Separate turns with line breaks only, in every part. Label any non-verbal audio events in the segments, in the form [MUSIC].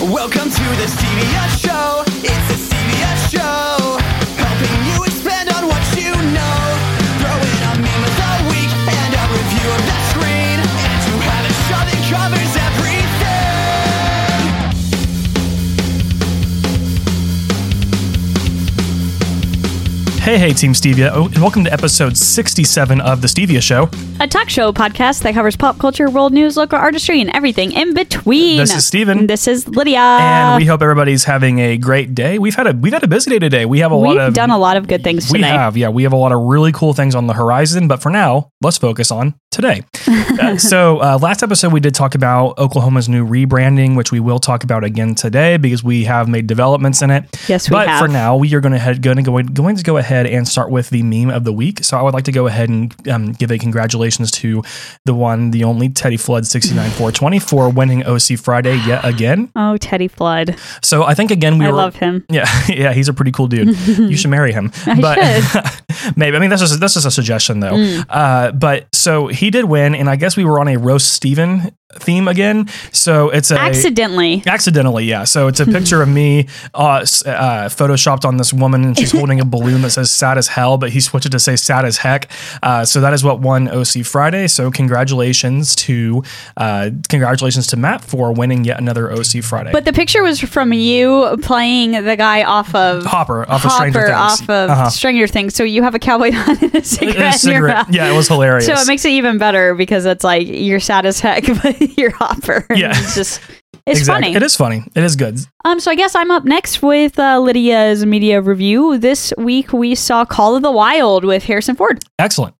Welcome to the CBS show. It's a CBS show. Helping you expand on what you know. Throw in a meme of the week and a review of the screen. And you have a show that covers everything.
Hey, hey, Team Stevia. Oh, and welcome to episode 67 of The Stevia Show.
a talk show podcast that covers pop culture, world news, local artistry, and everything in between.
This is Steven.
This is Lydia.
And we hope everybody's having a great day. We've had a we've had a busy day today. We have a lot
We've
of
done a lot of good things
we
today.
have, yeah, we have a lot of really cool things on the horizon, but for now, let's focus on
[LAUGHS]
today. Uh, so, uh, last episode, we did talk about Oklahoma's new rebranding, which we will talk about again today because we have made developments in it.
Yes, we
but
have.
for now, we are going to head, going to go going to go ahead and start with the meme of the week. So, I would like to go ahead and um, give a congratulations to the one, the only Teddy Flood sixty nine four twenty for winning OC Friday yet again.
Oh, Teddy Flood.
So, I think again we
I
were,
love him.
[LAUGHS] yeah, yeah, he's a pretty cool dude. you should marry him.
[LAUGHS] I
[LAUGHS] maybe I mean that's just that's just a suggestion though.
Mm.
Uh, but so he did win, and I guess we were on a roast Steven theme again. So it's a
Accidentally.
accidentally, yeah. So
[LAUGHS]
it's a picture of me uh, s- uh, photoshopped on this woman, and she's
[LAUGHS]
holding a balloon that says "sad as hell," but he switched it to say "sad as heck." Uh, so that is what won OC Friday. So congratulations to uh, congratulations to Matt for winning yet another OC Friday.
But the picture was from you playing the guy off of
Hopper, off of Stranger
Hopper
Things.
off of
Uh-huh.
Stranger Things. So you have a cowboy [LAUGHS] hat [LAUGHS] and a cigarette,
A
in your
cigarette.
mouth.
Yeah, it was hilarious.
So it makes it even better because it's like you're sad as heck, [LAUGHS] but you're Hopper.
Yeah.
It's just. It's
Exact-
funny.
It is funny. It is good.
Um, so I guess I'm up next with uh, Lydia's media review. This week we saw Call of the Wild with Harrison Ford.
Excellent.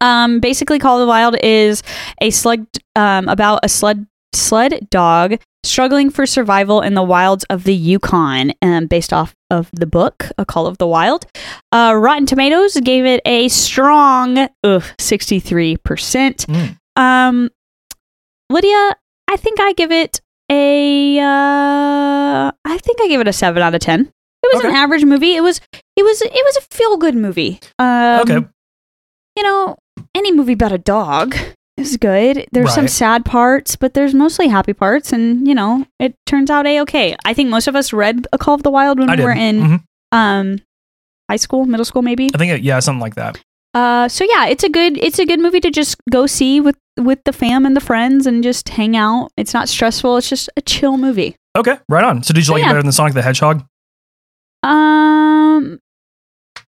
Um, basically, Call of the Wild is a sled um, about a sled sled dog struggling for survival in the wilds of the Yukon, um, based off of the book A Call of the Wild. Uh, Rotten Tomatoes gave it a strong ugh, 63%.
Mm.
Um, Lydia, I think I give it a. Uh, I think I give it a seven out of ten. It was an
Okay.
average movie. It was. It was. It was a feel good movie. Um,
okay.
You know, any movie about a dog is good. There's some
Right.
sad parts, but there's mostly happy parts, and you know, it turns out a okay. I think most of us read A Call of the Wild when
I
we
did.
were in
Mhm.
um high school, middle school, maybe.
I think it, yeah, something like that.
Uh, so yeah, it's a good it's a good movie to just go see with with the fam and the friends and just hang out. It's not stressful. It's just a chill movie.
Okay, right on. So did you
So
like
yeah.
it better than Sonic the Hedgehog?
Um,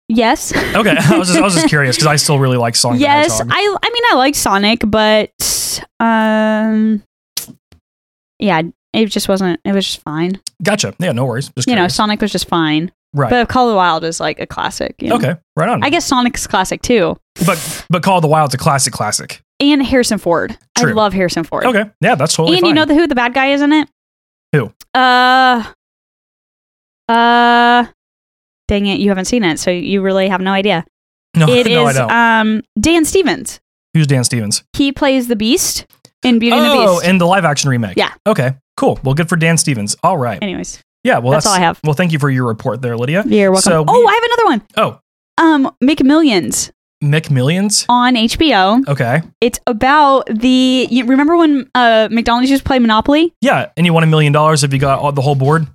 yes,
Okay, [LAUGHS] I was just, I was just curious because I still really like Sonic
yes.
the
I
Hedgehog.
I mean I like Sonic, but um, yeah, it just wasn't. It was just fine.
Gotcha. Yeah, no worries. Just
You know,
curious.
Sonic was just fine.
right.
But Call of the Wild is like a classic. You know?
okay, right on.
I guess Sonic's classic too,
but but Call of the Wild's a classic, classic.
and Harrison Ford.
True.
I love Harrison Ford.
Okay, yeah, that's totally
and
fine.
you know the, who the bad guy is in it?
Who?
Uh, uh, dang it! You haven't seen it, so you really have no idea.
[LAUGHS] no,
It is
no, I don't.
um Dan Stevens.
Who's Dan Stevens?
He plays the Beast in Beauty and the
Oh,
Beast.
in the live action remake.
Yeah.
Okay. Cool. Well, good for Dan Stevens. All right.
Anyways,
Yeah. Well,
that's all I have.
Well, thank you for your report there, Lydia.
you're welcome.
So we-
oh, I have another one.
Oh,
Um, Make Millions
Mick Millions.
on HBO.
Okay.
It's about the. You remember when uh McDonald's used to play Monopoly?
Yeah, and you want a million dollars if you got all, the whole board.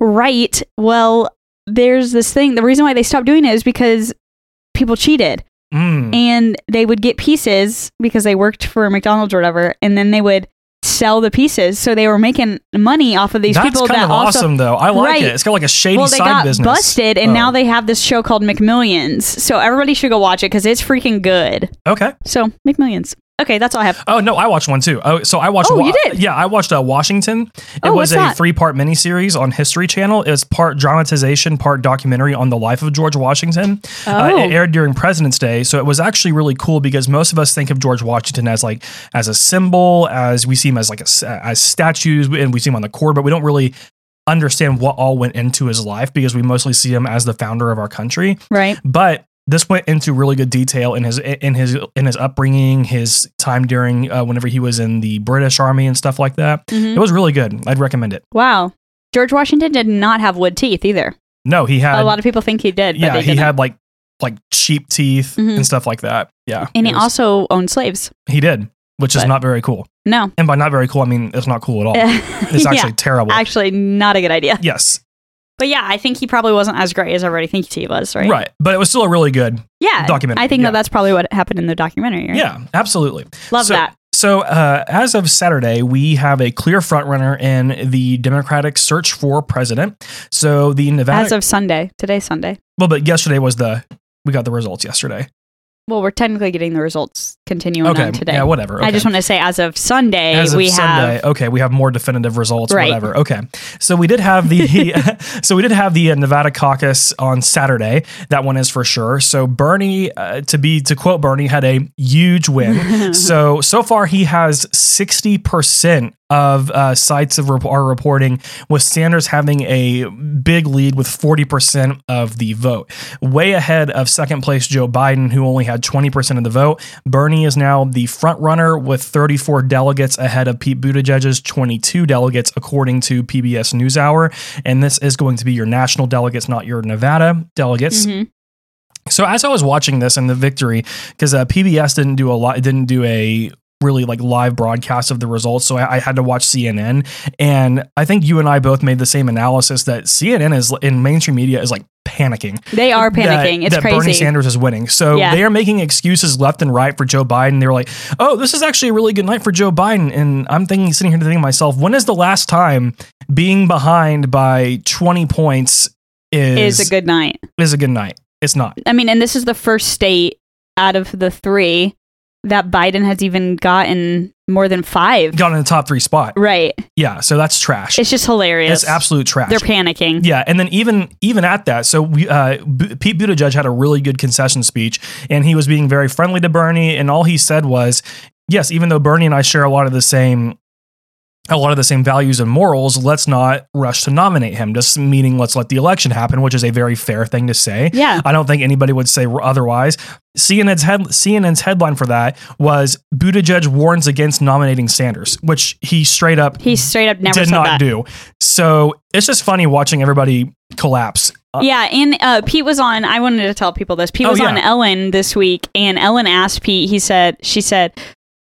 Right. Well, there's this thing. The reason why they stopped doing it is because people cheated.
Mm.
and they would get pieces because they worked for McDonald's or whatever, and then they would sell the pieces. So they were making money off of these
That's
people
kind
that
of
also.
awesome, though. I like
Right.
it. It's got like a shady
Well, they
side
got
business.
busted, and
Oh.
now they have this show called McMillions. So everybody should go watch it because it's freaking good.
Okay.
So McMillions. Okay, that's all I have.
Oh no, I watched one too. Oh, so I watched.
Oh, you did?
Yeah, I watched uh, Washington. It
Oh,
was
what's
a
that?
three-part miniseries on History Channel. It was part dramatization, part documentary on the life of George Washington. Uh,
Oh.
it aired during President's Day, so it was actually really cool because most of us think of George Washington as like as a symbol, as we see him as like a, s- as statues, and we see him on the court, but we don't really understand what all went into his life because we mostly see him as the founder of our country
Right.
but this went into really good detail in his in his in his upbringing, his time during uh, whenever he was in the British Army and stuff like that.
Mhm.
It was really good. I'd recommend it.
Wow. George Washington did not have wood teeth either.
No, he had
a lot of people think he did, but
Uh, yeah,
they
he
didn't.
had like like cheap teeth
Mhm.
and stuff like that. Yeah,
and he
It was-
also owned slaves.
he did. which is
But-
not very cool.
No, [LAUGHS]
And by not very cool, I mean it's not cool at all. It's
it's
actually terrible.
actually not a good idea.
yes,
But yeah, I think he probably wasn't as great as everybody thinks he was, right?
right. But it was still a really good.
Yeah.
Documentary,
I think
yeah.
that that's probably what happened in the documentary. Right?
Yeah, absolutely.
Love
So-
that.
So, uh, as of Saturday, we have a clear frontrunner in the Democratic search for president. So, the Nevada.
As of Sunday, today's Sunday.
well, but yesterday was the. We got the results yesterday.
Well, we're technically getting the results continuing
okay.
on today.
Yeah, whatever. Okay.
I just want to say, as of Sunday,
As of
we
Sunday,
have
okay, we have more definitive results,
Right.
whatever. Okay, so we did have the [LAUGHS] so we did have the uh, Nevada caucus on Saturday. That one is for sure. So Bernie, uh, to be to quote Bernie, had a huge
[LAUGHS]
win. so so far he has sixty percent of uh, sites of rep- are reporting, with Sanders having a big lead with forty percent of the vote, way ahead of second place Joe Biden, who only had twenty percent of the vote. Bernie is now the front runner with 34 delegates ahead of Pete Buttigieg's 22 delegates, according to PBS NewsHour. And this is going to be your national delegates, not your Nevada delegates.
Mhm.
So as I was watching this and the victory, because uh, PBS didn't do a lot, didn't do a really like live broadcast of the results, so I, I had to watch CNN. And I think you and I both made the same analysis that CNN is in mainstream media is like panicking
they are
that-
panicking. it's
that
crazy.
Bernie Sanders is winning. So
Yeah.
they are making excuses left and right for Joe Biden. They're like, "Oh, this is actually a really good night for Joe Biden." And I'm thinking, sitting here thinking to myself, when is the last time being behind by 20 points is
is a good night.
is a good night? It's not.
I mean, and this is the first state out of the three that Biden has even gotten more than five.
Got in the top three spot.
Right.
Yeah, so that's trash.
It's just hilarious.
It's absolute trash.
They're panicking.
Yeah, and then even even at that, so we, uh, B- Pete Buttigieg had a really good concession speech, and he was being very friendly to Bernie, and all he said was, "Yes, even though Bernie and I share a lot of the same." A lot of the same values and morals. Let's not rush to nominate him. Just meaning, let's let the election happen, which is a very fair thing to say.
Yeah.
I don't think anybody would say otherwise. CNN's head, CNN's headline for that was Buttigieg warns against nominating Sanders, which he straight up
He straight up never
did
said
not
that.
do. So it's just funny watching everybody collapse. Uh,
yeah, and uh, Pete was on. I wanted to tell people this. Pete
Oh,
was
yeah.
on Ellen this week, and Ellen asked Pete. He said, "She said,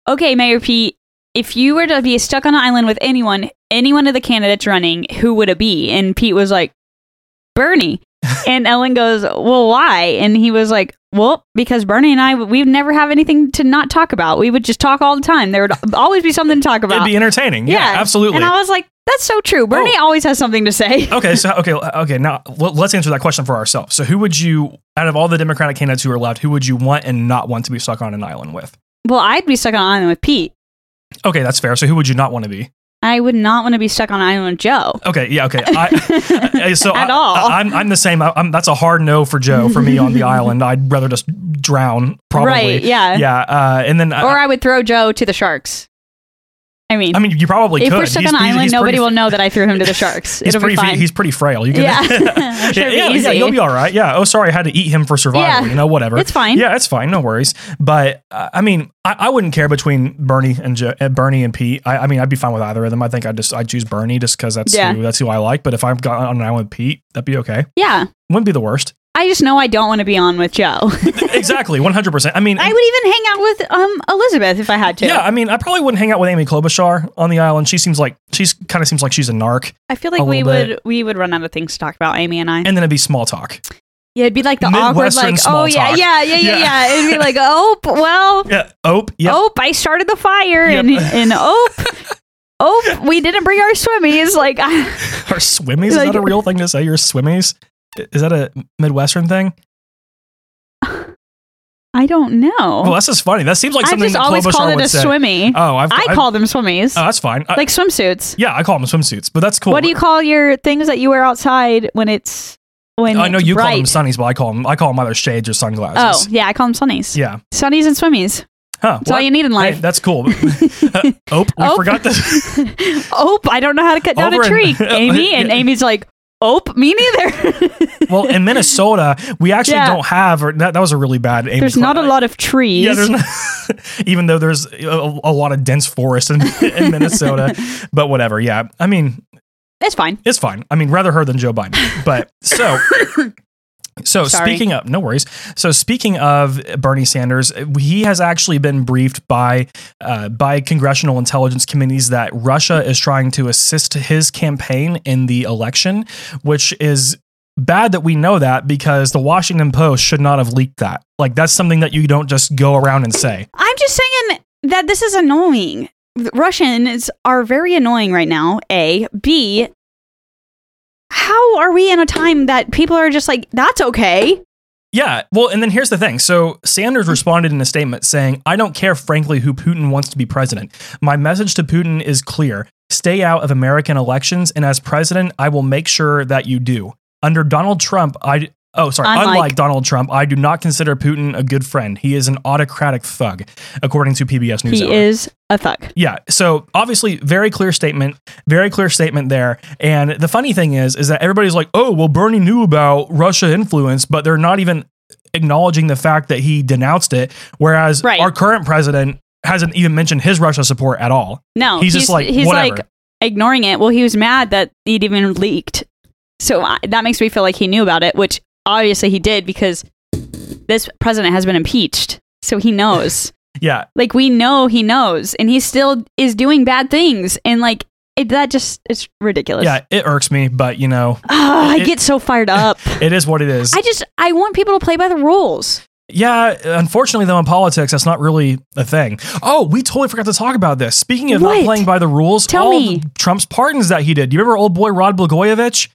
okay, Mayor Pete, if you were to be stuck on an island with anyone, any one of the candidates running, who would it be?" And Pete was like,
[LAUGHS]
"Bernie." and Ellen goes, "Well, why?" And he was like, "Well, because Bernie and I, we'd never have anything to not talk about. We would just talk all the time. There would [LAUGHS] always be something to talk
It'd
about."
be entertaining. Yeah, absolutely. Oh.
And I was like, "That's so true. Bernie always has something to say."
[LAUGHS] okay, so okay, okay. Now l- let's answer that question for ourselves. So, who would you, out of all the Democratic candidates who are left, who would you want and not want to be stuck on an island with?
Well, I'd be stuck on an island with Pete.
Okay, that's fair. So, who would you not want to be?
I would not want to be stuck on an island with Joe.
Okay, yeah, okay.
[LAUGHS]
I, uh, so
At
I,
all.
I, am I'm the same. I, am that's a hard no for Joe for me
[LAUGHS]
on the island. I'd rather just drown, probably.
Right, yeah.
Yeah, uh, and then
or
I,
I would throw Joe to the sharks. I mean,
I mean, you probably
if
could.
we're stuck
He's-
on an
he's-
island,
he's
nobody
pretty-
will know that I threw him
[LAUGHS]
to the sharks.
He's
It'll
pretty.
be
fe-
fine.
he's pretty frail. You can. [LAUGHS]
[LAUGHS] yeah. I'm sure it'd be
yeah, yeah,
easy.
you'll be all right. Yeah. Oh, sorry, I had to eat him for survival.
Yeah.
You know, whatever.
It's fine.
Yeah, it's fine. No worries. But uh, I mean, I, I wouldn't care between Bernie and jo- uh, Bernie and Pete. I, I mean, I'd be fine with either of them. I think I just I choose Bernie just because that's
Yeah.
who, that's who I like. But if I've got on an island with Pete, that'd be okay.
yeah.
Wouldn't be the worst. [LAUGHS]
I just know I don't want to be on with Joe.
exactly, one hundred percent. I mean.
I would even hang out with um Elizabeth if I had to.
yeah, I mean, I probably wouldn't hang out with Amy Klobuchar on the island. She seems like she's kind of seems like she's a narc,
I feel
A
like we
little bit.
would we would run out of things to talk about, Amy and I.
and then it'd be small talk.
yeah, it'd be like the awkward,
Midwestern
like,
small
oh yeah,
talk.
yeah, yeah,
Yeah.
yeah, yeah. It'd be like, oh, p- well,
Yeah, ope. [LAUGHS] Yeah,
Oh, I started the fire,
Yep.
and and oh, oh, we didn't bring our swimmies. Like, I,
Are swimmies? is
Like-
that a real thing to say? Your swimmies? I- Is that a Midwestern thing?
I don't know.
Well, that's just funny. That seems like
I
something
just
that
always
Klobuchar
called
would
it a
say.
swimmy.
Oh, I've,
I
I've-
call them swimmies,
Oh, that's fine. I-
like swimsuits.
yeah, I call them swimsuits, but that's cool.
What do you call your things that you wear outside when it's when
I know
it's
you
bright?
call them sunnies, but I call them I call them either shades or
Oh
sunglasses.
yeah, I call them sunnies.
yeah.
Sunnies and swimmies.
Huh.
That's all you need in
Hey,
life. [LAUGHS]
that's cool. Uh, oh, we
Oh.
forgot this.
oh, I don't know how to cut down
Over
a
in-
tree,
[LAUGHS]
Amy. And
Yeah.
Amy's like, "Oh, me neither." [LAUGHS]
Well, in Minnesota, we actually
Yeah.
don't have. Or that, that was a really bad. Amy
There's
Cla-
not a lot of trees.
Yeah, there's not, [LAUGHS] even though there's a, a lot of dense forest in, in
[LAUGHS]
Minnesota, but whatever. Yeah, I mean,
it's fine.
It's fine. I mean, rather her than Joe Biden. But so, So
Sorry.
speaking of no worries. So speaking of Bernie Sanders, he has actually been briefed by uh, by congressional intelligence committees that Russia is trying to assist his campaign in the election, which is bad that we know that because the Washington Post should not have leaked that. Like that's something that you don't just go around and say.
I'm just saying that this is annoying. The Russians are very annoying right now. A, B. How are we in a time that people are just like, that's okay?
Yeah. Well, and then here's the thing. So Sanders responded in a statement saying, I don't care, frankly, who Putin wants to be president. My message to Putin is clear stay out of American elections. And as president, I will make sure that you do. Under Donald Trump, I. Oh, sorry.
Unlike-
Unlike, Donald Trump, I do not consider Putin a good friend. He is an autocratic thug, according to PBS News.
He is a thug.
Yeah. So obviously, very clear statement, very clear statement there. And the funny thing is, is that everybody's like, oh, well, Bernie knew about Russia influence, but they're not even acknowledging the fact that he denounced it. Whereas
Right.
our current president hasn't even mentioned his Russia support at all.
No,
He's just like,
he's
whatever.
like ignoring it. Well, he was mad that it even leaked. So I, that makes me feel like he knew about it, which obviously he did because this president has been impeached. So he knows.
Yeah.
like we know he knows and he still is doing bad things and like it, that just it's ridiculous
Yeah. It irks me, but you know,
Ah, i
It-
get so
[LAUGHS]
fired up
it is what it is.
i just i want people to play by the rules
yeah. Unfortunately, though, in politics, that's not really a thing. Oh, we totally forgot to talk about this. Speaking of
What?
not playing by the rules,
Tell
all
me.
of Trump's pardons that he did. You remember old boy Rod Blagojevich?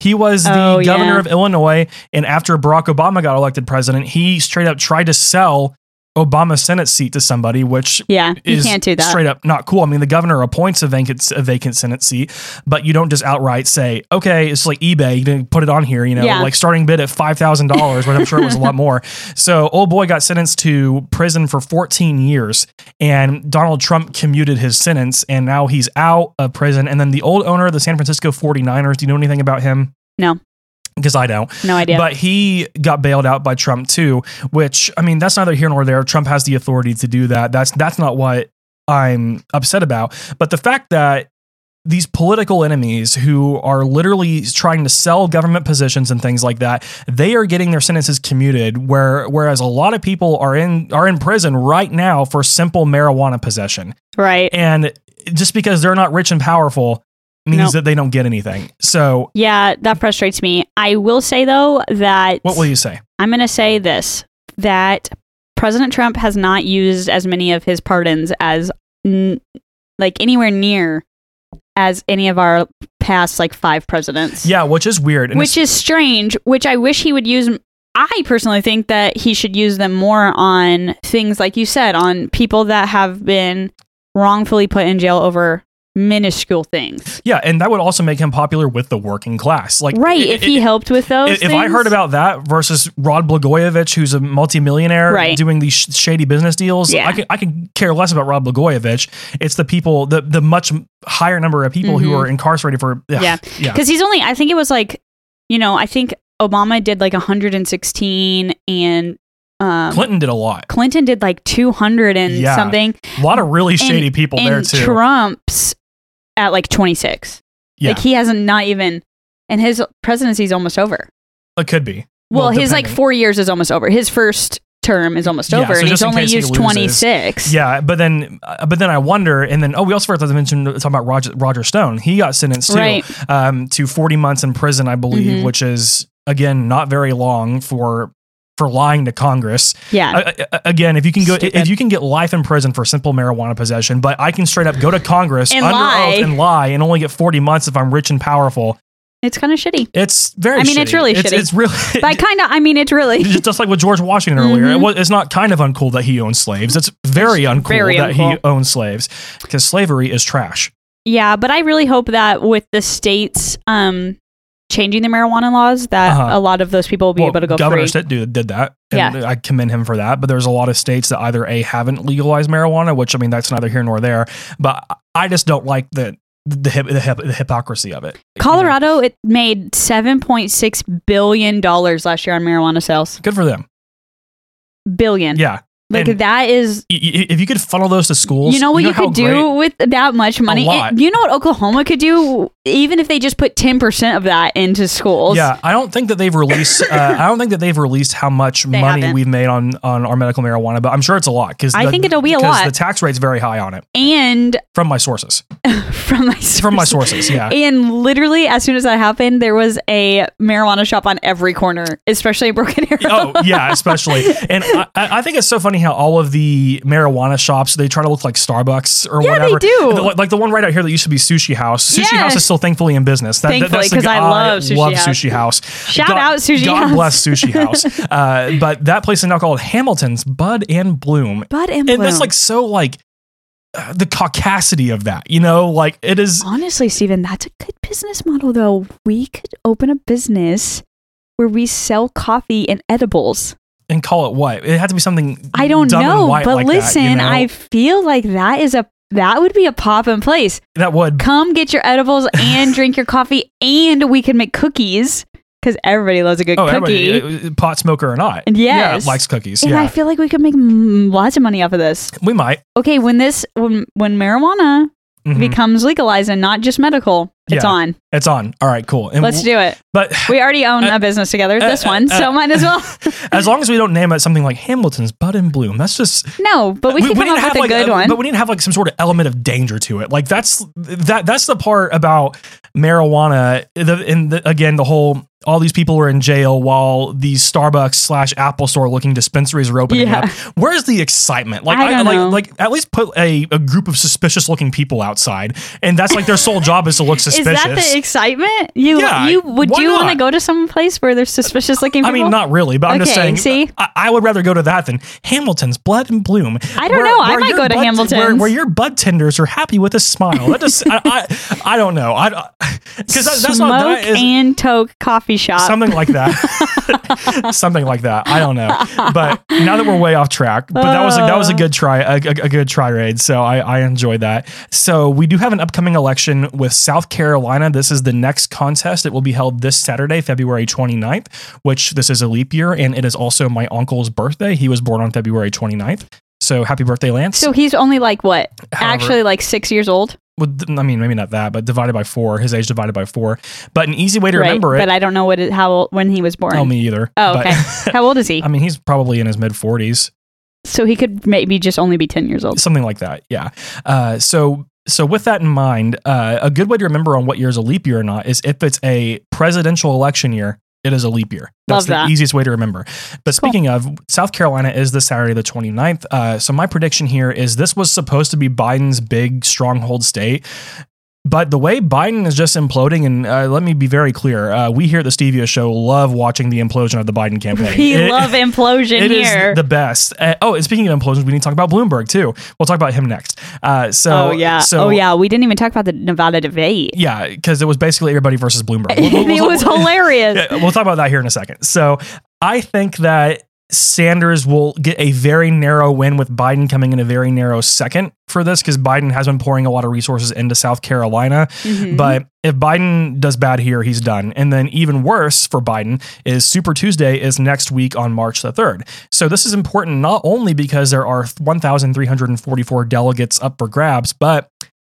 He was the
Oh,
governor
yeah.
of Illinois, and after Barack Obama got elected president, he straight up tried to sell Obama's Senate seat to somebody, which
yeah you
is
can't do that
straight up not cool. I mean, the governor appoints a vacant a vacant Senate seat, but you don't just outright say, okay, it's like eBay. You didn't put it on here, you know,
Yeah.
like starting bid at five thousand dollars, but I'm sure it was a
[LAUGHS]
lot more. So, old boy got sentenced to prison for 14 years, and Donald Trump commuted his sentence, and now he's out of prison. And then the old owner of the San Francisco 49ers. Do you know anything about him?
No.
because I don't.
no idea
But he got bailed out by Trump too, which I mean, that's neither here nor there. Trump has the authority to do that. That's that's not what I'm upset about. But the fact that these political enemies who are literally trying to sell government positions and things like that, they are getting their sentences commuted. Where whereas a lot of people are in are in prison right now for simple marijuana possession,
right
and just because they're not rich and powerful means
Nope.
that they don't get anything. So
yeah that frustrates me i will say though that
what will you say?
i'm going to say this that president trump has not used as many of his pardons as n- like anywhere near as any of our past like five presidents
Yeah, which is weird. And it's-
which is strange which i wish he would use i personally think that he should use them more on things like you said on people that have been wrongfully put in jail over minuscule things
Yeah, and that would also make him popular with the working class. Like,
right
i-
if he
i-
helped with those
if I heard
things.
about that versus Rod Blagojevich, who's a multimillionaire
Right.
doing these sh- shady business deals,
Yeah.
I could I could care less about Rod Blagojevich. It's the people, the the much higher number of people who
Mhm.
are incarcerated for
Yeah.
yeah yeah
because he's only i think it was like you know i think obama did like 116 and um,
Clinton did a lot,
clinton did like 200 and
Yeah.
something
a lot of really shady people there
and
too.
trump's at like 26
yeah,
like he hasn't not even and his presidency's almost over
it could be.
Well, his like
depending.
four years is almost over. His first term is almost
Yeah,
over,
so
and
just
he's
in
only
case he
used
loses.
twenty six.
Yeah, but then, uh, but then I wonder, and then oh, we also forgot to mention talking about Roger Roger Stone. He got sentenced too
Right.
um, to 40 months in prison, I believe,
Mhm.
which is again not very long for for lying to Congress.
Yeah,
Uh, uh, again, if you can go,
Stupid.
if you can get life in prison for simple marijuana possession, but I can straight up go to Congress
And
under
lie.
oath and lie and only get 40 months if I'm rich and powerful.
it's kind of shitty.
It's very.
I mean, it's really
It's,
shitty.
it's really. [LAUGHS]
But kind of, I mean, it's really
Just just like with George Washington earlier, it
Mhm.
was, it's not kind of uncool that he owns slaves. It's very uncool
very
that
uncool.
he owns slaves because slavery is trash.
yeah. But I really hope that with the states um changing the marijuana laws, that
Uh-huh.
a lot of those people will be
Well,
able to go
Governor
free.
Stitt did, did that. And I commend him for that. But there's a lot of states that either A, haven't legalized marijuana, which I mean, that's neither here nor there. But I just don't like the. The, hip, the, hip, the hypocrisy of it. You know?
Colorado it made seven point six billion dollars last year on marijuana sales.
Good for them.
Billion,
Yeah.
like
and-
that is.
Y- y- If you could funnel those to schools,
You know what you,
how
could do
great-
with that much money?
lot.
you know what Oklahoma could do even if they just put 10% of that into schools.
Yeah, I don't think that they've released. Uh, I don't think that they've released how much
[LAUGHS] They
money
haven't.
we've made on on our medical marijuana, but I'm sure it's a lot because
I think it'll be a lot.
The tax rate's very high on it
And
from my sources.
from my sources.
From my sources, yeah.
[LAUGHS] And literally, as soon as that happened, there was a marijuana shop on every corner, especially in Broken Arrow. [LAUGHS]
oh yeah, especially. And I, I I think it's so funny how all of the marijuana shops they try to look like Starbucks or
Yeah, they
whatever.
do.
The- like the one right out here that used to be Sushi House. Sushi
Yeah.
House is still thankfully in business. That,
Thankfully,
that's the
'cause
g-
I love Sushi
love
House.
Sushi House.
Shout out Sushi
God
House.
bless Sushi
[LAUGHS]
House. uh, but that place is now called Hamilton's Bud and Bloom,
Bud and,
and that's
Bloom.
like so like uh, the caucasity of that you know like it is
honestly, Steven, that's a good business model, though. We could open a business where we sell coffee and edibles.
and call it what it had to be something
I don't
dumb and
know,
white
but
like that, you
listen,
know?
I feel like that is a that would be a pop in place.
that would
Come get your edibles
[LAUGHS]
and drink your coffee, and we can make cookies because everybody loves a good
oh
cookie.
everybody uh, pot smoker or not
Yes.
yeah likes cookies
and
yeah
I feel like we could make mm, lots of money off of this.
we might
Okay, when this when when marijuana
Mhm.
becomes legalized and not just medical, it's
Yeah.
on.
it's on all right cool and
Let's
w-
do it.
but
We already own a business together. This
uh,
one, so might as
[LAUGHS]
well. [LAUGHS]
as long as we don't name it something like Hamilton's Bud and Bloom that's just
No, but we, can come
need to
up with a
like,
good
uh,
one.
But we need to have like some sort of element of danger to it. Like that's that that's the part about marijuana. The, and the, again, the whole all these people are in jail while these Starbucks slash Apple Store looking dispensaries are opening
Yeah.
up. Where's the excitement? Like
I don't
like
know.
like at least put a, a group of suspicious looking people outside, and that's like their sole job is to look
[LAUGHS] Is
suspicious.
that the excitement? You
Yeah,
you would
why
you want to
not?
go to some place where there's suspicious looking
I
people?
mean, not really, but I'm just
Okay,
saying.
see?
I, I would rather go to that than Hamilton's Blood and Bloom.
I don't know, I might
your
go to
bud-
Hamilton's.
where, where your bud tenders are happy with a smile. That just, I, I, I don't [LAUGHS] know. I because that, that's
smoke
not that is
and toke coffee shop.
something like that, [LAUGHS] something like that. I don't know. But now that we're way off track, but that was a, that was a good try, a, a, a good try raid. So I, I enjoyed that. So we do have an upcoming election with South Carolina. This is the next contest. It will be held this Saturday, February 29th, which this is a leap year, and it is also my uncle's birthday. He was born on February 29th. So happy birthday, Lance.
so he's only like what?
However-
actually, like six years old.
Well, th- I mean, maybe not that, but divided by four, his age divided by four. But an easy way to
Right,
remember it.
but I don't know what it, how old when he was born.
Tell me either.
Oh,
But-
okay.
[LAUGHS]
how old is he?
I mean, he's probably in his mid 40s.
so he could maybe just only be ten
[LAUGHS]
years old.
something like that yeah uh, so so with that in mind uh, a good way to remember on what year is a leap year or not is if it's a presidential election year it is a leap year that's
Love
the
that.
easiest way to remember but
Cool.
speaking of south carolina is this saturday the 29th uh, so my prediction here is this was supposed to be biden's big stronghold state but the way Biden is just imploding, and uh, let me be very clear, uh, we here at the Stevia Show love watching the implosion of the Biden campaign.
We
It- [LAUGHS]
love implosion
it is
here.
the best. Uh, oh, and speaking of implosions, we need to talk about Bloomberg too. We'll talk about him next. Uh, so
oh yeah.
so,
oh yeah. We didn't even talk about the Nevada debate.
yeah, because it was basically everybody versus Bloomberg.
[LAUGHS] it was hilarious.
Yeah, we'll [LAUGHS] talk about that here in a second. So I think that Sanders will get a very narrow win with Biden coming in a very narrow second for this because Biden has been pouring a lot of resources into South Carolina.
Mhm.
But if Biden does bad here, he's done. And then even worse for Biden is Super Tuesday is next week on March the 3rd. So this is important not only because there are 1,344 delegates up for grabs, but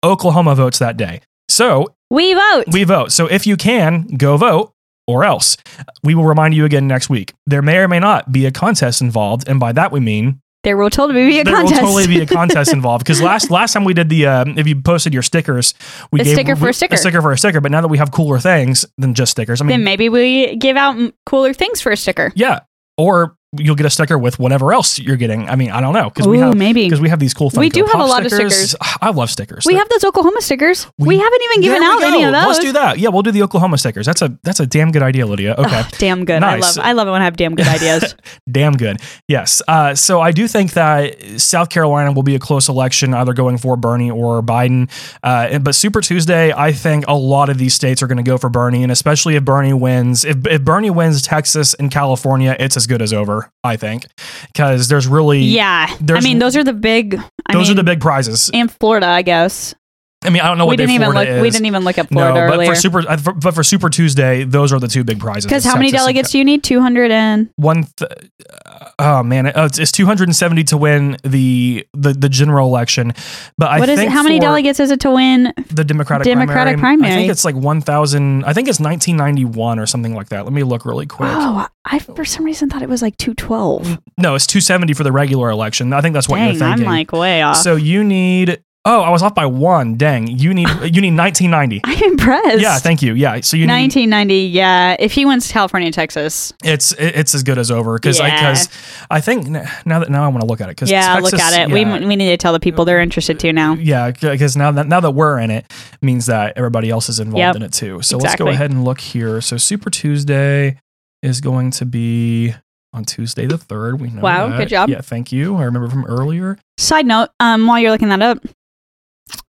Oklahoma votes that day. So
we vote.
we vote. So if you can, go vote or else. We will remind you again next week. There may or may not be a contest involved. And by that we mean
there will totally be a
there
contest.
will totally be a contest involved. Because
[LAUGHS]
last last time we did the um, if you posted your stickers, we
A
gave
sticker for a
we-
sticker.
for a sticker. But now that we have cooler things than just stickers, I mean
[LAUGHS] then maybe we give out m- cooler things for a sticker.
yeah. Or you'll get a sticker with whatever else you're getting. I mean, I don't know. Because we
Ooh,
have
maybe.
because we have these cool Funko
We do have
Pop
a lot of
[SIGHS] I love stickers.
We have those Oklahoma stickers. We,
We-
haven't even given
There we
out any
go.
of those.
Let's do that. Yeah, we'll do the Oklahoma stickers. That's a that's a damn good idea, Lydia.
[LAUGHS]
Okay.
Ugh, damn good.
Nice.
I love. I love it when I have
[LAUGHS]
damn good ideas.
Damn good. Yes. Uh, so I do think that South Carolina will be a close election, either going for Bernie or Biden. Uh, and- but Super Tuesday, I think a lot of these states are going to go for Bernie, and especially if Bernie wins. If, if Bernie wins Texas and California, it's as good as over, I think, because there's really
yeah. I
There's-
mean, those are the big. I
those are
mean,
the big prizes.
And Florida, I guess.
I mean, I don't know what
we
day
didn't even
Florida
look.
is.
We didn't even look at
no,
Florida
but
earlier.
for super, uh, for, but for Super Tuesday, those are the two big prizes.
Because
It's
how many
Texas and
delegates do you need? Two hundred and
one th- oh man it- oh, it's, it's 270 to win the the, the general election but i
what is it?
think
How many
for
delegates is it to win?
the democratic
Democratic
i
primary?
think it's like 1000 i think it's 1991 or something like that let me look really quick
Oh, I for some reason thought it was like two twelve.
no it's 270 for the regular election i think that's what you're
Dang, I'm
thinking
like uh. way off.
so you need oh i was off by one dang you
[LAUGHS]
need you need 1990
[LAUGHS] I'm impressed.
yeah thank you yeah so you need
1990. Yeah, if he wins California, and Texas,
it's it- it's as good as over because I
Yeah.
because I think n- now that now I want to look at it because
yeah, look at it. We we need to tell the people they're interested to now.
Yeah, because now that now that we're in it means that everybody else is involved
Yep,
in it too. So let's go
exactly.
ahead and look here. So Super Tuesday is going to be on Tuesday the third. We know.
Wow,
that.
good job.
Yeah, thank you. I remember from earlier.
Side note, um, while you're looking that up,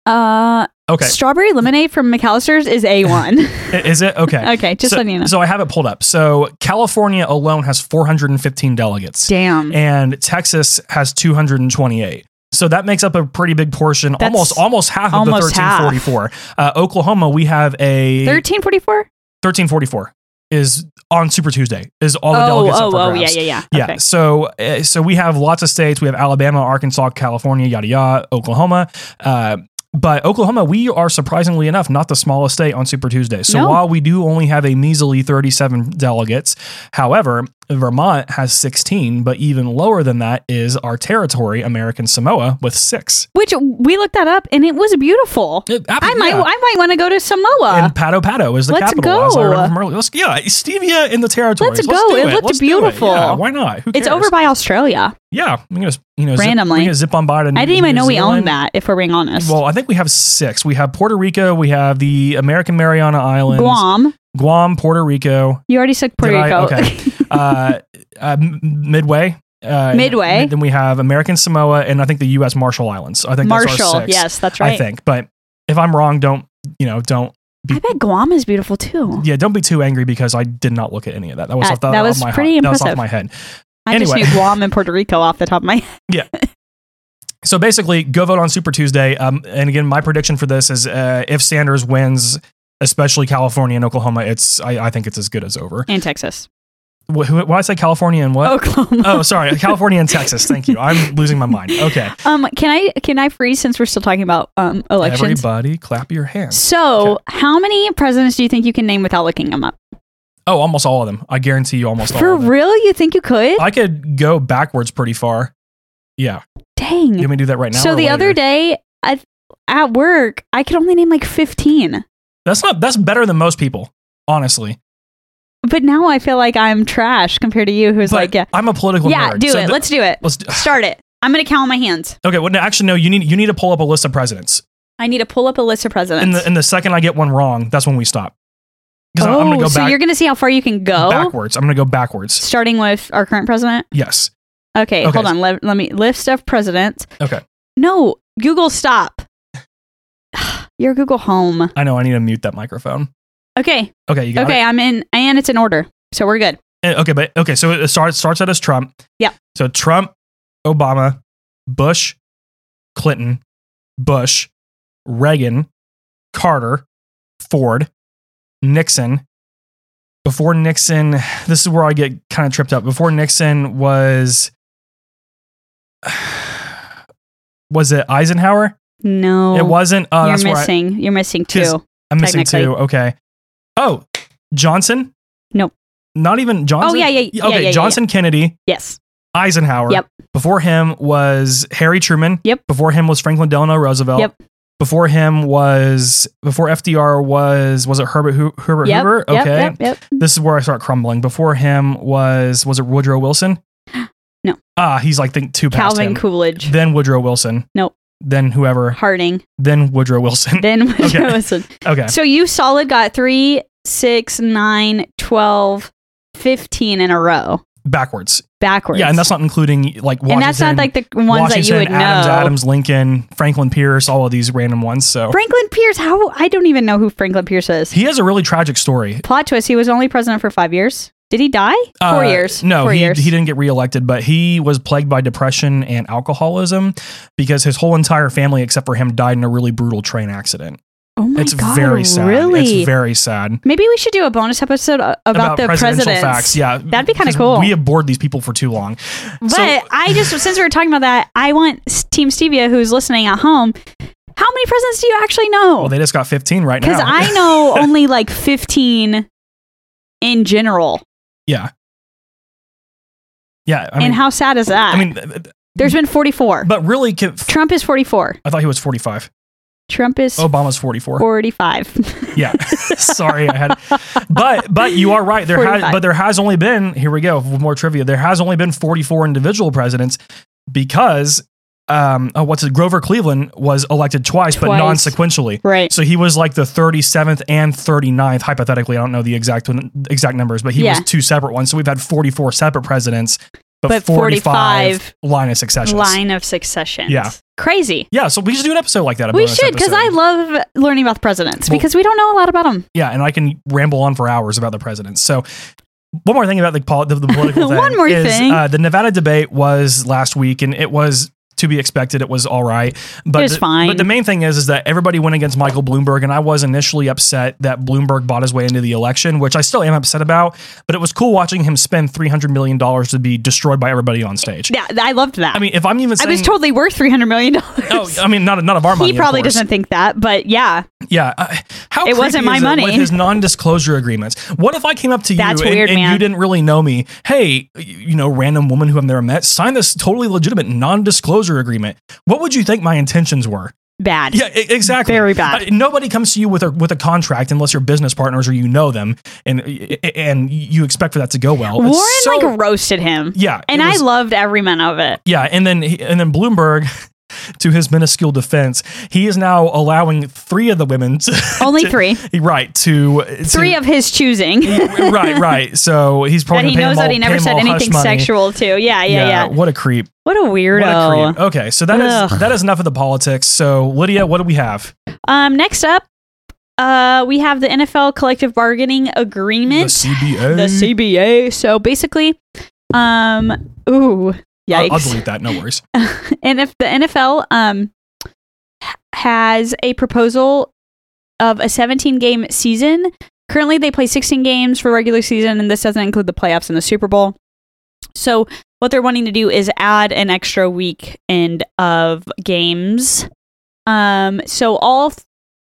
uh, [LAUGHS]
Okay,
strawberry lemonade from McAllister's is a one.
i- is it [LAUGHS] okay?
[LAUGHS] okay, just
so,
letting you know.
So I have it pulled up. So California alone has 415 delegates,
Damn,
and Texas has 228. So that makes up a pretty big portion,
That's
almost almost half of the
almost half.
1344. Uh, Oklahoma, we have a
thirteen forty four.
thirteen forty four is on Super Tuesday. Is all the
Oh,
delegates up
oh,
for
oh, yeah,
grabs.
yeah, yeah.
Yeah,
Okay.
so uh, so we have lots of states. We have Alabama, Arkansas, California, yada yada, Oklahoma. Uh, but Oklahoma, we are surprisingly enough not the smallest state on Super Tuesday. So
No.
while we do only have a measly 37 delegates, however, Vermont has 16, but even lower than that is our territory, American Samoa, with six.
Which we looked that up, and it was beautiful.
It-
I might,
yeah.
I might want to go to Samoa.
and Pato Pato is the
Uh-huh. Let's
capital. As I
go.
remember from earlier. Let's- yeah, stevia in the territory.
Let's go. It looked beautiful.
Yeah, why not? Who
It's
cares?
over by Australia.
Yeah, we can just you know
Randomly.
Zip, we can zip on by to
I
New-
didn't even
New
know we
Zealand.
owned that. If we're being honest,
Well, I think we have six. We have Puerto Rico. We have the American Mariana Islands.
Guam.
Guam, Puerto Rico.
You already said Puerto
Did I-
Rico.
okay.
[LAUGHS]
Uh, uh, M- Midway. Uh,
Midway.
Then we have American Samoa and I think the U.S. Marshall Islands. I think That's our
Marshall.
six,
Yes, that's right.
I think. But if I'm wrong, don't you know? Don't
I bet Guam is beautiful too.
yeah, don't be too angry because I did not look at any of that. That was
That-
off the,
Uh, that
off
was
my
pretty
heart- That was
impressive.
off my head.
I
Anyway.
just knew Guam and Puerto Rico off the top of my head.
So basically, go vote on Super Tuesday. Um, and again, my prediction for this is uh, if Sanders wins, especially California and Oklahoma, it's I, I think it's as good as over.
and Texas,
Wh- who- Why I say California and [LAUGHS] what?
Oklahoma.
[LAUGHS] Oh, sorry, California and Texas. Thank you. I'm losing my mind. Okay,
Um, can I can I freeze since we're still talking about um elections?
everybody, clap your hands.
So, how many presidents do you think you can name without looking them up?
Oh, almost all of them. I guarantee you, almost all
For
of Uh, them.
real, you think you could?
I could go backwards pretty far. Yeah,
Dang.
you want me to do that right now?
so
or
the other
later?
day, I, at work, I could only name like fifteen.
that's not that's better than most people, honestly.
But now I feel like I'm trash compared to you, who's
But
like, yeah,
I'm a political
yeah,
nerd.
do
so
it.
th-
Let's
[SIGHS]
do it.
let's do-
Start it. I'm gonna count on my hands.
okay. Well, no, actually, no. You need you need to pull up a list of presidents,
I need to pull up a list of presidents.
and the and the second I get one wrong, that's when we stop. Because I'm going to
Oh,
go
so
back
you're gonna see how far you can go,
backwards. I'm going to go backwards.
starting with our current president.
Yes.
Okay,
Okay.
hold on. Let, let me list of presidents.
Okay.
No, Google, stop. [SIGHS] Your Google Home.
I know. I need to mute that microphone.
Okay,
Okay. You got
okay, I'm in, and it's in order, so we're good.
it. Eh, Okay. But okay. So it starts starts out as Trump.
Yeah.
So Trump, Obama, Bush, Clinton, Bush, Reagan, Carter, Ford, Nixon. Before Nixon, this is where I get kind of tripped up. Before Nixon was [SIGHS] was it Eisenhower?
No,
It wasn't. Oh,
you're
that's where I,
missing. you're missing
Just-
two.
I'm missing two.
technically.
Okay. Oh, Johnson.
Nope.
Not even Johnson.
Oh yeah, yeah, yeah.
Okay,
yeah, yeah,
Johnson, Kennedy,
Yeah. Yes.
Eisenhower.
Yep.
Before him was Harry Truman.
Yep.
Before him was Franklin Delano Roosevelt.
Yep.
Before him was before FDR was was it Herbert Hu- Herbert
Yep,
Hoover?
Yep,
Okay.
Yep. Yep.
This is where I start crumbling. Before him was was it Woodrow Wilson?
[GASPS] No.
Ah, he's like think two past him.
Calvin Coolidge.
Then Woodrow Wilson.
Nope.
Then whoever.
Harding.
Then Woodrow
[LAUGHS]
Wilson.
Then Woodrow
Hmm. Okay.
Wilson.
okay.
So you solid got three, six, nine, 12, 15 in a row backwards. Backwards.
Yeah, and that's not including like Washington.
and that's not like the ones that you
Washington,
would
Adams,
know.
Adams, Lincoln, Franklin Pierce, all of these random ones. So
Franklin Pierce. How I don't even know who Franklin Pierce is.
he has a really tragic story.
Plot twist: He was only president for five years. Did he die? Four
Uh,
years.
No,
four
he,
years.
he didn't get reelected, but he was plagued by depression and alcoholism because his whole entire family, except for him, died in a really brutal train accident.
oh my
it's
god!
very sad.
Really?
It's very sad.
Maybe we should do a bonus episode uh, about, the presidents.
facts. Yeah,
That'd be kinda
'Cause
cool.
We have bored these people for too long.
But
So-
I just since we were talking about that, I want s- Team Stevia, who's listening at home, how many presidents do you actually
Well,
know?
they just got 15 right now.
Oh. Because
[LAUGHS]
I know only like fifteen in general.
yeah, yeah. I mean,
and how sad is that?
I mean, th- th-
there's been forty-four.
but really, can- f-
Trump is forty-four.
I thought he was 45.
Trump is
Obama's 44. [LAUGHS]
forty-five.
yeah, sorry, I had. But but you are right. There has
45.
but there has only been here we go with more trivia. There has only been 44 individual presidents because. Um, oh, what's it? Grover Cleveland was elected twice. but
Twice.
non-sequentially.
right.
So he was like the 37th and 39th, hypothetically. I don't know the exact one, exact numbers, but he
Yeah.
was two separate ones. So we've had 44 separate presidents, but,
But
45,
45
line of successions.
[LAUGHS] Line of succession.
Yeah.
Crazy.
Yeah, so we should do an episode like that. a
We
bonus
should, because
episode.
I love learning about the presidents
Well-
because we don't know a lot about them.
yeah, and I can ramble on for hours about the presidents. So one more thing about the, pol- the, the political
[LAUGHS]
thing.
One more
is,
thing.
Uh, the Nevada debate was last week, and it was to be expected. It was all right, but
It was
the,
fine.
But the main thing is, is that everybody went against Michael Bloomberg, and I was initially upset that Bloomberg bought his way into the election, which I still am upset about. But it was cool watching him spend three hundred million dollars to be destroyed by everybody on stage.
Yeah, I loved that.
I mean, if I'm even
I
saying,
was totally worth three hundred million dollars. [LAUGHS]
Oh, I mean, not not of our money.
he
of
probably
course.
doesn't think that, but yeah,
Yeah, uh, how
It wasn't
creepy
my
is
money.
with his non-disclosure agreements. What if I came up to you
That's
and,
weird,
and
man.
you didn't really know me? Hey, y- you know, random woman who I've never met, sign this totally legitimate non-disclosure agreement. What would you think my intentions were?
bad.
Yeah, e- exactly.
Very bad.
Uh, nobody comes to you with a with a contract unless you're business partners or you know them, and and you expect for that to go well. It's
Warren
so-
like roasted him.
yeah,
and
it
I
was-
loved every minute
[LAUGHS]
of it.
yeah, and then he- and then Bloomberg. [LAUGHS] To his minuscule defense, he is now allowing three of the women to,
Only
to-
three.
right to
Three of his choosing.
of right right so he's
[LAUGHS] that
probably
he
gonna pay
knows
them all,
that he
pay
never
them
said
all hush
anything
money.
sexual to. Yeah, yeah, yeah.
what a creep
What a
what
weirdo.
a creep okay so that is
Ugh.
that is enough of the politics so lydia what do we have
Um, next up, uh, we have the NFL collective bargaining agreement.
cba
the CBA. So basically, um, ooh,
I'll, I'll
yikes!
delete that no worries
[LAUGHS] and if the NFL um h- has a proposal of a 17 game season, currently they play 16 games for regular season, and this doesn't include the playoffs and the Super Bowl. So what they're wanting to do is add an extra weekend of games. Um, so all th-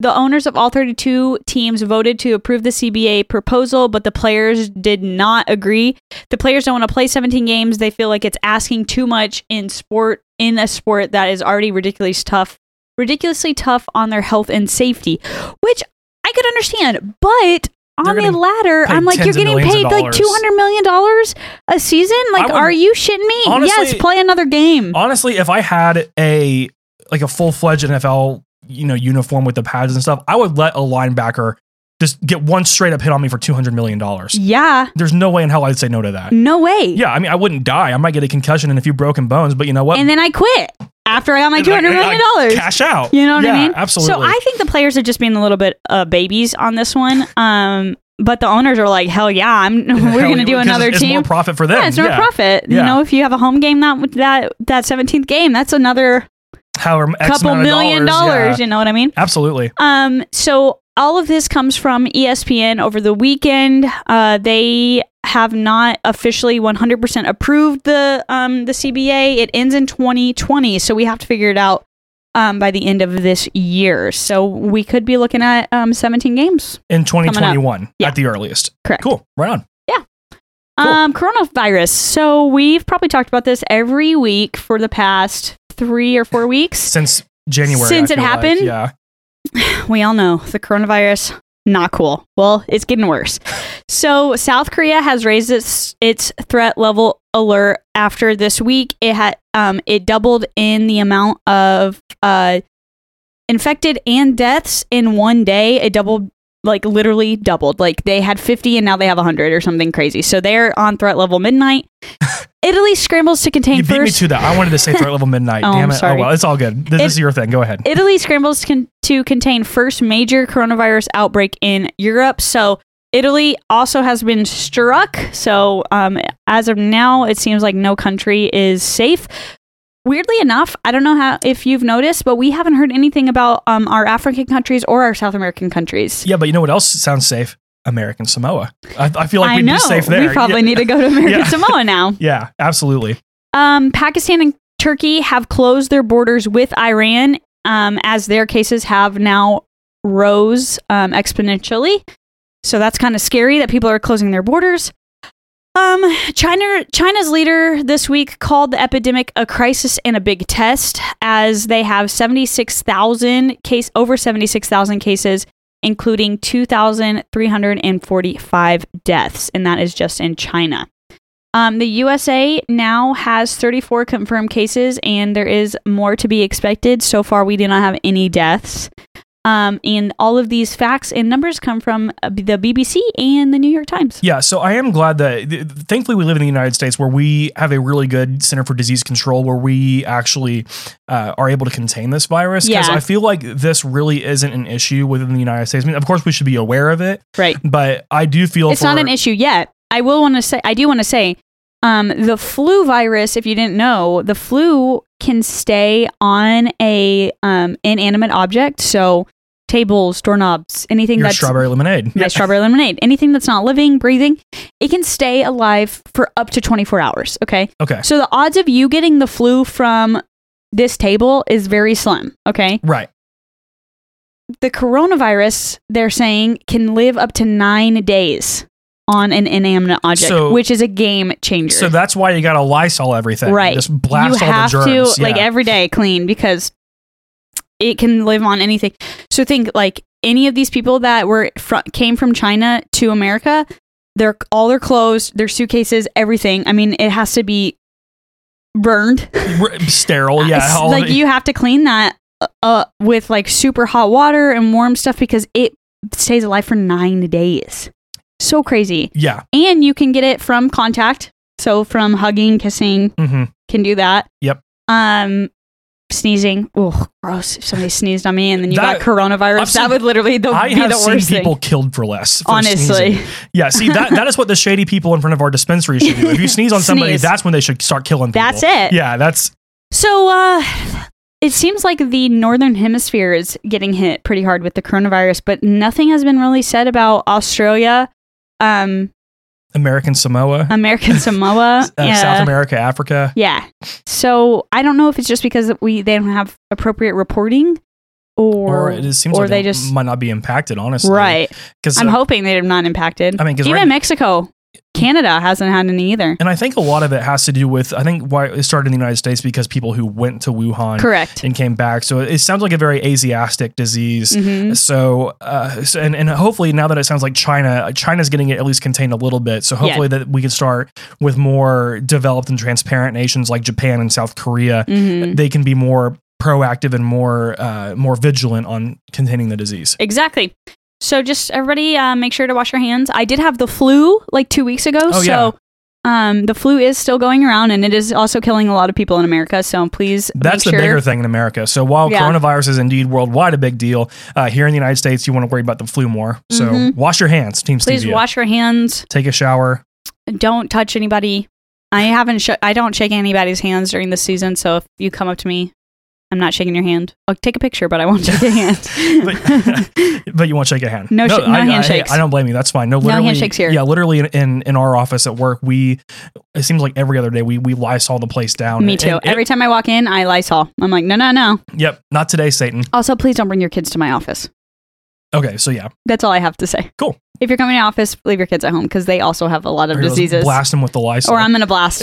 the owners of all 32 teams voted to approve the CBA proposal, but the players did not agree. The players don't want to play 17 games. They feel like it's asking too much in sport in a sport that is already ridiculously tough, ridiculously tough on their health and safety, which I could understand, but on the
getting
latter,
paid
I'm like,
tens
you're
of
getting
millions
paid
of
like
dollars.
200 million dollars a season. Like,
would-
are you shitting me? yes,
Honestly-
play another game.
honestly if i had a like a full-fledged nfl you know uniform with the pads and stuff i would let a linebacker just get one straight up hit on me for 200 million dollars
Yeah, Mm.
there's no way in hell i'd say no to that
no way.
yeah i mean i wouldn't die i might get a concussion and a few broken bones but you know what
And then I quit after I got my
Like,
two hundred
like,
million dollars.
cash out
You know what
yeah,
I mean?
absolutely
So I think the players are just being a little bit uh, babies on
[LAUGHS]
this one. Um, but the owners are like, hell yeah, I'm, [LAUGHS] we're
Hell,
going to
it-
do
'cause
another
it's, It's
team.
more profit for them.
yeah, it's no profit. You
Yeah.
know, if you have a home game that that that seventeenth game, that's another
However, X
couple
amount of
million
dollars. yeah.
dollars. You know what I mean?
Absolutely.
Um, so all of this comes from E ESPN over the weekend. Uh, they have not officially 100% approved the um, the CBA. It ends in 2020, so we have to figure it out um, by the end of this year. So we could be looking at um, 17 games.
In 2021
Yeah.
at the earliest.
Correct.
Cool. Right on. Cool.
Um, coronavirus. So we've probably talked about this every week for the past three or four weeks.
Since January. I
Since it
feel like,
happened?
Yeah.
We all know the coronavirus, not cool. Well, it's getting worse. So, South Korea has raised its, its threat level alert after this week. It had um, it doubled in the amount of uh, infected and deaths in one day. It doubled, like literally doubled. Like they had 50 and now they have 100 or something crazy. So they're on threat level
[LAUGHS]
midnight. Italy scrambles to contain
You beat me
first
to that. I wanted to say
[LAUGHS]
threat level midnight.
Oh,
Damn
I'm
it.
sorry.
Oh, well, it's all good. This
It-
is your thing. Go ahead.
Italy scrambles to, con- to contain first major coronavirus outbreak in Europe. So Italy also has been struck. So, um, as of now, it seems like no country is safe. Weirdly enough, I don't know how if you've noticed, but we haven't heard anything about um, our African countries or our South American countries.
Yeah, but you know what else sounds safe? American Samoa. I, I feel like
I
we'd
know
be safe there.
we probably
yeah.
need to go to
[LAUGHS]
American
Yeah.
Samoa now.
Yeah, absolutely.
Um, Pakistan and Turkey have closed their borders with Iran um, as their cases have now rose um, exponentially. So that's kind of scary that people are closing their borders. Um, China, China's leader this week called the epidemic a crisis and a big test, as they have seventy six thousand case over seventy six thousand cases, including two thousand three hundred and forty five deaths, and that is just in China. Um, the USA now has 34 confirmed cases, and there is more to be expected. So far, we do not have any deaths. Um, and all of these facts and numbers come from uh, the BBC and the New York Times.
Yeah, so I am glad that th- thankfully we live in the United States where we have a really good Center for Disease Control where we actually uh, are able to contain this virus. Because
Yeah.
I feel like this really isn't an issue within the United States. I mean, of course, we should be aware of it,
Right.
but I do feel
It's not
for-
an issue yet. I will want to say, I do want to say, um, the flu virus. If you didn't know, the flu can stay on a um, inanimate object, so tables, doorknobs, anything
Your
that's [LAUGHS]
strawberry lemonade.
my
Yeah.
strawberry lemonade. Anything that's not living, breathing, it can stay alive for up to 24 hours. Okay.
Okay.
So the odds of you getting the flu from this table is very slim. Okay.
Right.
The coronavirus, they're saying, can live up to nine days on an inanimate object,
So-
which is a game changer.
So that's why you got to Lysol everything.
right.
Just blast
you
all
have
the germs.
to like
yeah.
every day clean because it can live on anything. So think like any of these people that were fr- came from China to America, their all their clothes, their suitcases, everything. I mean, it has to be burned.
[LAUGHS] R-
[LAUGHS]
sterile. Yeah.
It's
all of
like
it.
you have to clean that uh, uh, with like super hot water and warm stuff because it stays alive for nine days. So crazy,
Yeah.
and you can get it from contact. So from hugging, kissing,
hmm
can do that.
Yep.
Um, sneezing. Oh, gross! If
[LAUGHS]
somebody sneezed on me and then you
That-
got coronavirus,
I've
that
seen-
would literally the,
I
be
have
the
seen
worst
people
thing.
killed for less. For
Honestly,
sneezing. Yeah, see that that is what the shady people in front of our dispensary should do. If
[LAUGHS]
you sneeze on somebody,
Sneeze.
that's when they should start killing people.
That's it.
Yeah, that's
so uh, it seems like the northern hemisphere is getting hit pretty hard with the coronavirus, but nothing has been really said about Australia, um,
American Samoa, [LAUGHS]
American Samoa,
uh,
Uh, yeah.
South America, Africa.
Yeah. So I don't know if it's just because we they don't have appropriate reporting, or
Or, it is- seems
or
like
they
it
just
might not be impacted, honestly. uh,
right.
Because
I'm hoping they're not impacted.
I mean, 'cause
even
right-
Mexico, Canada hasn't had any either.
and I think a lot of it has to do with I think why it started in the United States because people who went to Wuhan
Correct.
and came back. So it sounds like a very Asiatic disease.
Mhm.
So, uh, so and, and hopefully now that it sounds like China, China's getting it at least contained a little bit. So hopefully that we can start with more developed and transparent nations like Japan and South Korea.
Mhm.
They can be more proactive and more uh, more vigilant on containing the disease.
Exactly. So just everybody, uh, make sure to wash your hands. I did have the flu like two weeks ago,
Oh, yeah.
so um, the flu is still going around, and it is also killing a lot of people in America. So please,
That's the
make sure.
bigger thing in America. So while
Yeah.
coronavirus is indeed worldwide a big deal, uh, here in the United States, you want to worry about the flu more. So
Mhm.
wash your hands, Team
Please
Stevia.
wash your hands.
Take a shower.
Don't touch anybody. I haven't. Sh- I don't shake anybody's hands during this season. So if you come up to me, I'm not shaking your hand. I'll take a picture, but I won't [LAUGHS] shake your
[LAUGHS]
hand.
But- [LAUGHS] but you won't shake a hand.
No sh- no
I, I-
handshakes.
I, don't blame you. That's fine. No, literally,
handshakes here.
Yeah, literally in, in in our office at work, we it seems like every other day we we lysol the place down.
Me
And-
too.
and-
Every time I walk in, I Lysol. I'm like, no, no, no.
yep. Not today, Satan.
Also, please don't bring your kids to my office.
Okay, so yeah,
That's all I have to say.
Cool.
If you're coming to my office, leave your kids at home because they also have a lot of
Or just
diseases.
Blast them with the lysol.
Or um, I'm gonna blast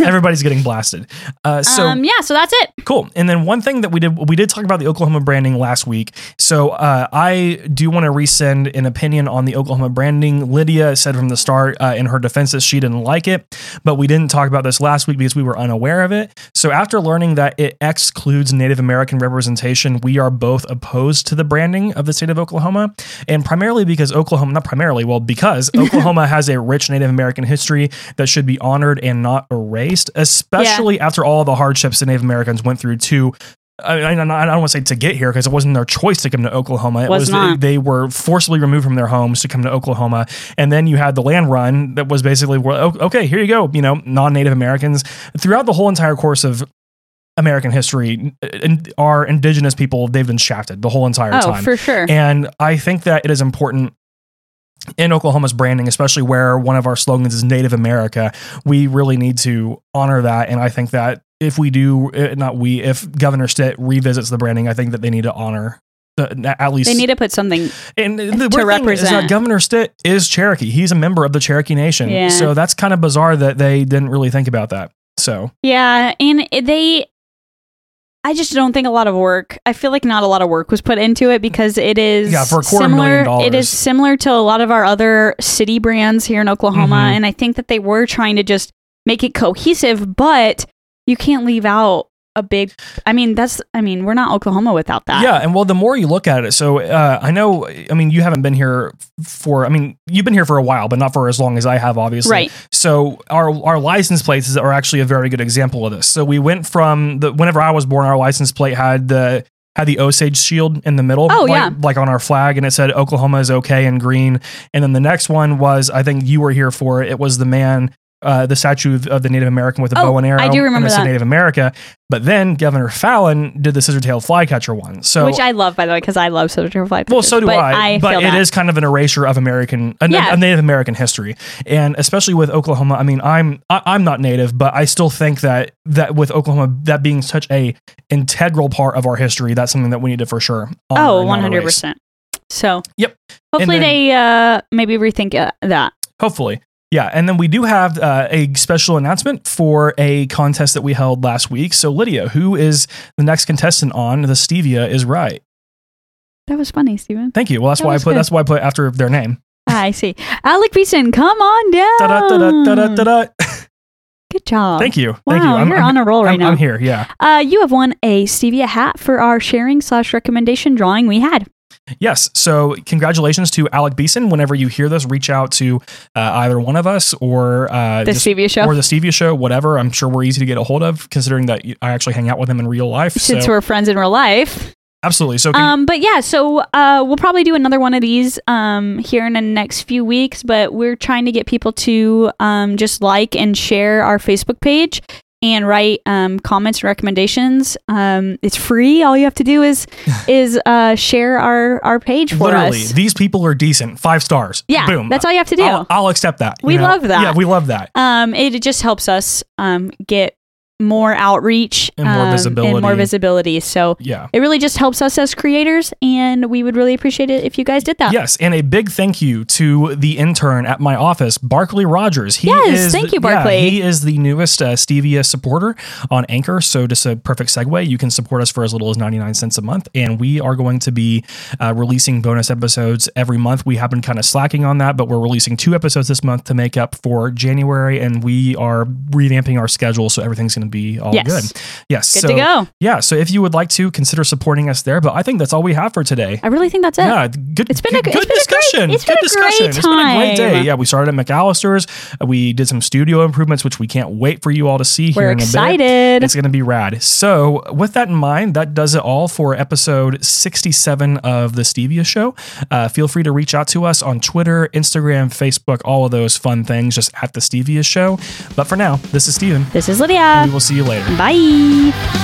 [LAUGHS] Everybody's getting blasted. Uh, so
um, yeah, so that's it.
Cool. And then one thing that we did, we did talk about the Oklahoma branding last week. So uh, I do want to resend an opinion on the Oklahoma branding. Lydia said from the start uh, in her defense that she didn't like it, but we didn't talk about this last week because we were unaware of it. So after learning that it excludes Native American representation, we are both opposed to the branding of the state of Oklahoma. And primarily because Oklahoma, not primarily, well, because Oklahoma has a rich Native American history that should be honored and not erased, especially especially after all the hardships the Native Americans went through to I, mean, I don't I don't want to say to get here because it wasn't their choice to come to Oklahoma. It
Was
was, they,
not.
they were forcibly removed from their homes to come to Oklahoma. And then you had the land run that was basically, well, o- okay, here you go, you know, non Native Americans. Throughout the whole entire course of American history, in- our indigenous people, they've been shafted the whole entire
Oh,
time.
for sure.
And I think that it is important in Oklahoma's branding, especially where one of our slogans is Native America, we really need to honor that. And I think that if we do, eh, not we, if Governor Stitt revisits the branding, I think that they need to honor. The, at least
they need to put something.
and the weird
to
thing is that
represent.
Governor Stitt is Cherokee. He's a member of the Cherokee Nation.
Yeah.
So that's kind of bizarre that they didn't really think about that. So
Yeah, and it- they. I just don't think a lot of work. I feel like not a lot of work was put into it because it is
Yeah, for a quarter
similar,
million
It
dollars.
is similar to a lot of our other city brands here in Oklahoma,
Mhm.
and I think that they were trying to just make it cohesive, but you can't leave out a big. I mean, that's. I mean, we're not Oklahoma without that.
Yeah, and well, the more you look at it, so uh, I know, I mean, you haven't been here for, I mean, you've been here for a while, but not for as long as I have, obviously.
Right.
So our our license plates are actually a very good example of this. So we went from the whenever I was born, our license plate had the had the Osage shield in the middle,
Oh,
like,
yeah.
like on our flag, and it said Oklahoma is okay in green. And then the next one was, I think you were here for it. It was the man. Uh, the statue of, of the Native American with a
Oh,
bow and arrow.
I do
and
remember
it said
that.
Native America. But then Governor Fallon did the scissor-tailed flycatcher one. So
Which I love, by the way, because I love Soldier Fly.
well, so do
but
I. but
feel
it
that.
is kind of an erasure of American, a,
Yeah.
a Native American history, and especially with Oklahoma. I mean, I'm I, I'm not Native, but I still think that that with Oklahoma, that being such a integral part of our history, that's something that we need to for sure. honor
Oh,
and not erase.
100%. So,
Yep.
Hopefully
then-
they uh maybe rethink uh, that.
Hopefully. Yeah, and then we do have uh, a special announcement for a contest that we held last week. So Lydia, who is the next contestant on the Stevia is right?
That was
[LAUGHS]
funny, Steven.
Thank you. Well, that's
That
why I
was
put
good.
that's why I put after their name.
Ah, I see. Alec Beeson, come on down.
Da-da-da-da-da-da-da.
Good
[LAUGHS]
job.
Thank you.
Oh. Wow,
Thank you. I'm-
you're
I'm-
on a roll right
I'm,
now.
I'm here. Yeah.
Uh, you have won a stevia hat for our sharing slash recommendation drawing we had.
Yes. So, congratulations to Alec Beeson. Whenever you hear this, reach out to uh, either one of us or uh,
The
just-
stevia show.
or the Stevia show, whatever. I'm sure we're easy to get a hold of, considering that you- I actually hang out with him in real life.
since
so,
we're friends in real life.
absolutely. So, con-
Um, but yeah, so uh, we'll probably do another one of these um, here in the next few weeks. But we're trying to get people to um, just like and share our Facebook page and write um, comments and recommendations. Um, it's free. All you have to
[LAUGHS]
do is is uh, share our our page for
literally,
us.
these people are decent. Five stars.
Yeah,
Boom.
that's all you have to do.
I'll, I'll accept that. you
We love that.
Yeah, we love that.
um, it just helps us um, get more outreach
And more
um,
visibility.
and more visibility. So.
Yeah.
It really just helps us as creators, and we would really appreciate it if you guys did that.
Yes, and a big thank you to the intern at my office, Barkley Rogers. He
Yes, thank you,
yeah,
Barkley.
he is the newest uh, Stevia supporter on Anchor, so just a perfect segue. You can support us for as little as ninety nine cents a month, and we are going to be uh, releasing bonus episodes every month. We have been kind of slacking on that, but we're releasing two episodes this month to make up for January, and we are revamping our schedule, so everything's going to be all
Yes.
good. Yes,
Good
so,
to go.
Yeah, so if you would like to consider supporting us there, but I think that's all we have for today.
I really think that's it.
Yeah, good.
It's been
good,
a-
good
it's been a great-
discussion.
it's
good
been a
discussion.
great
It's been a great day.
time.
Yeah, we started at McAllister's. Uh, We did some studio improvements, which we can't wait for you all to see here
We're
in a bit.
excited.
It's going to be rad. So, with that in mind, that does it all for episode 67 of The Stevia Show. Uh, feel free to reach out to us on Twitter, Instagram, Facebook, all of those fun things, just at The Stevia Show. But for now, this is Steven.
This is Lydia.
We will see you later.
Bye.
I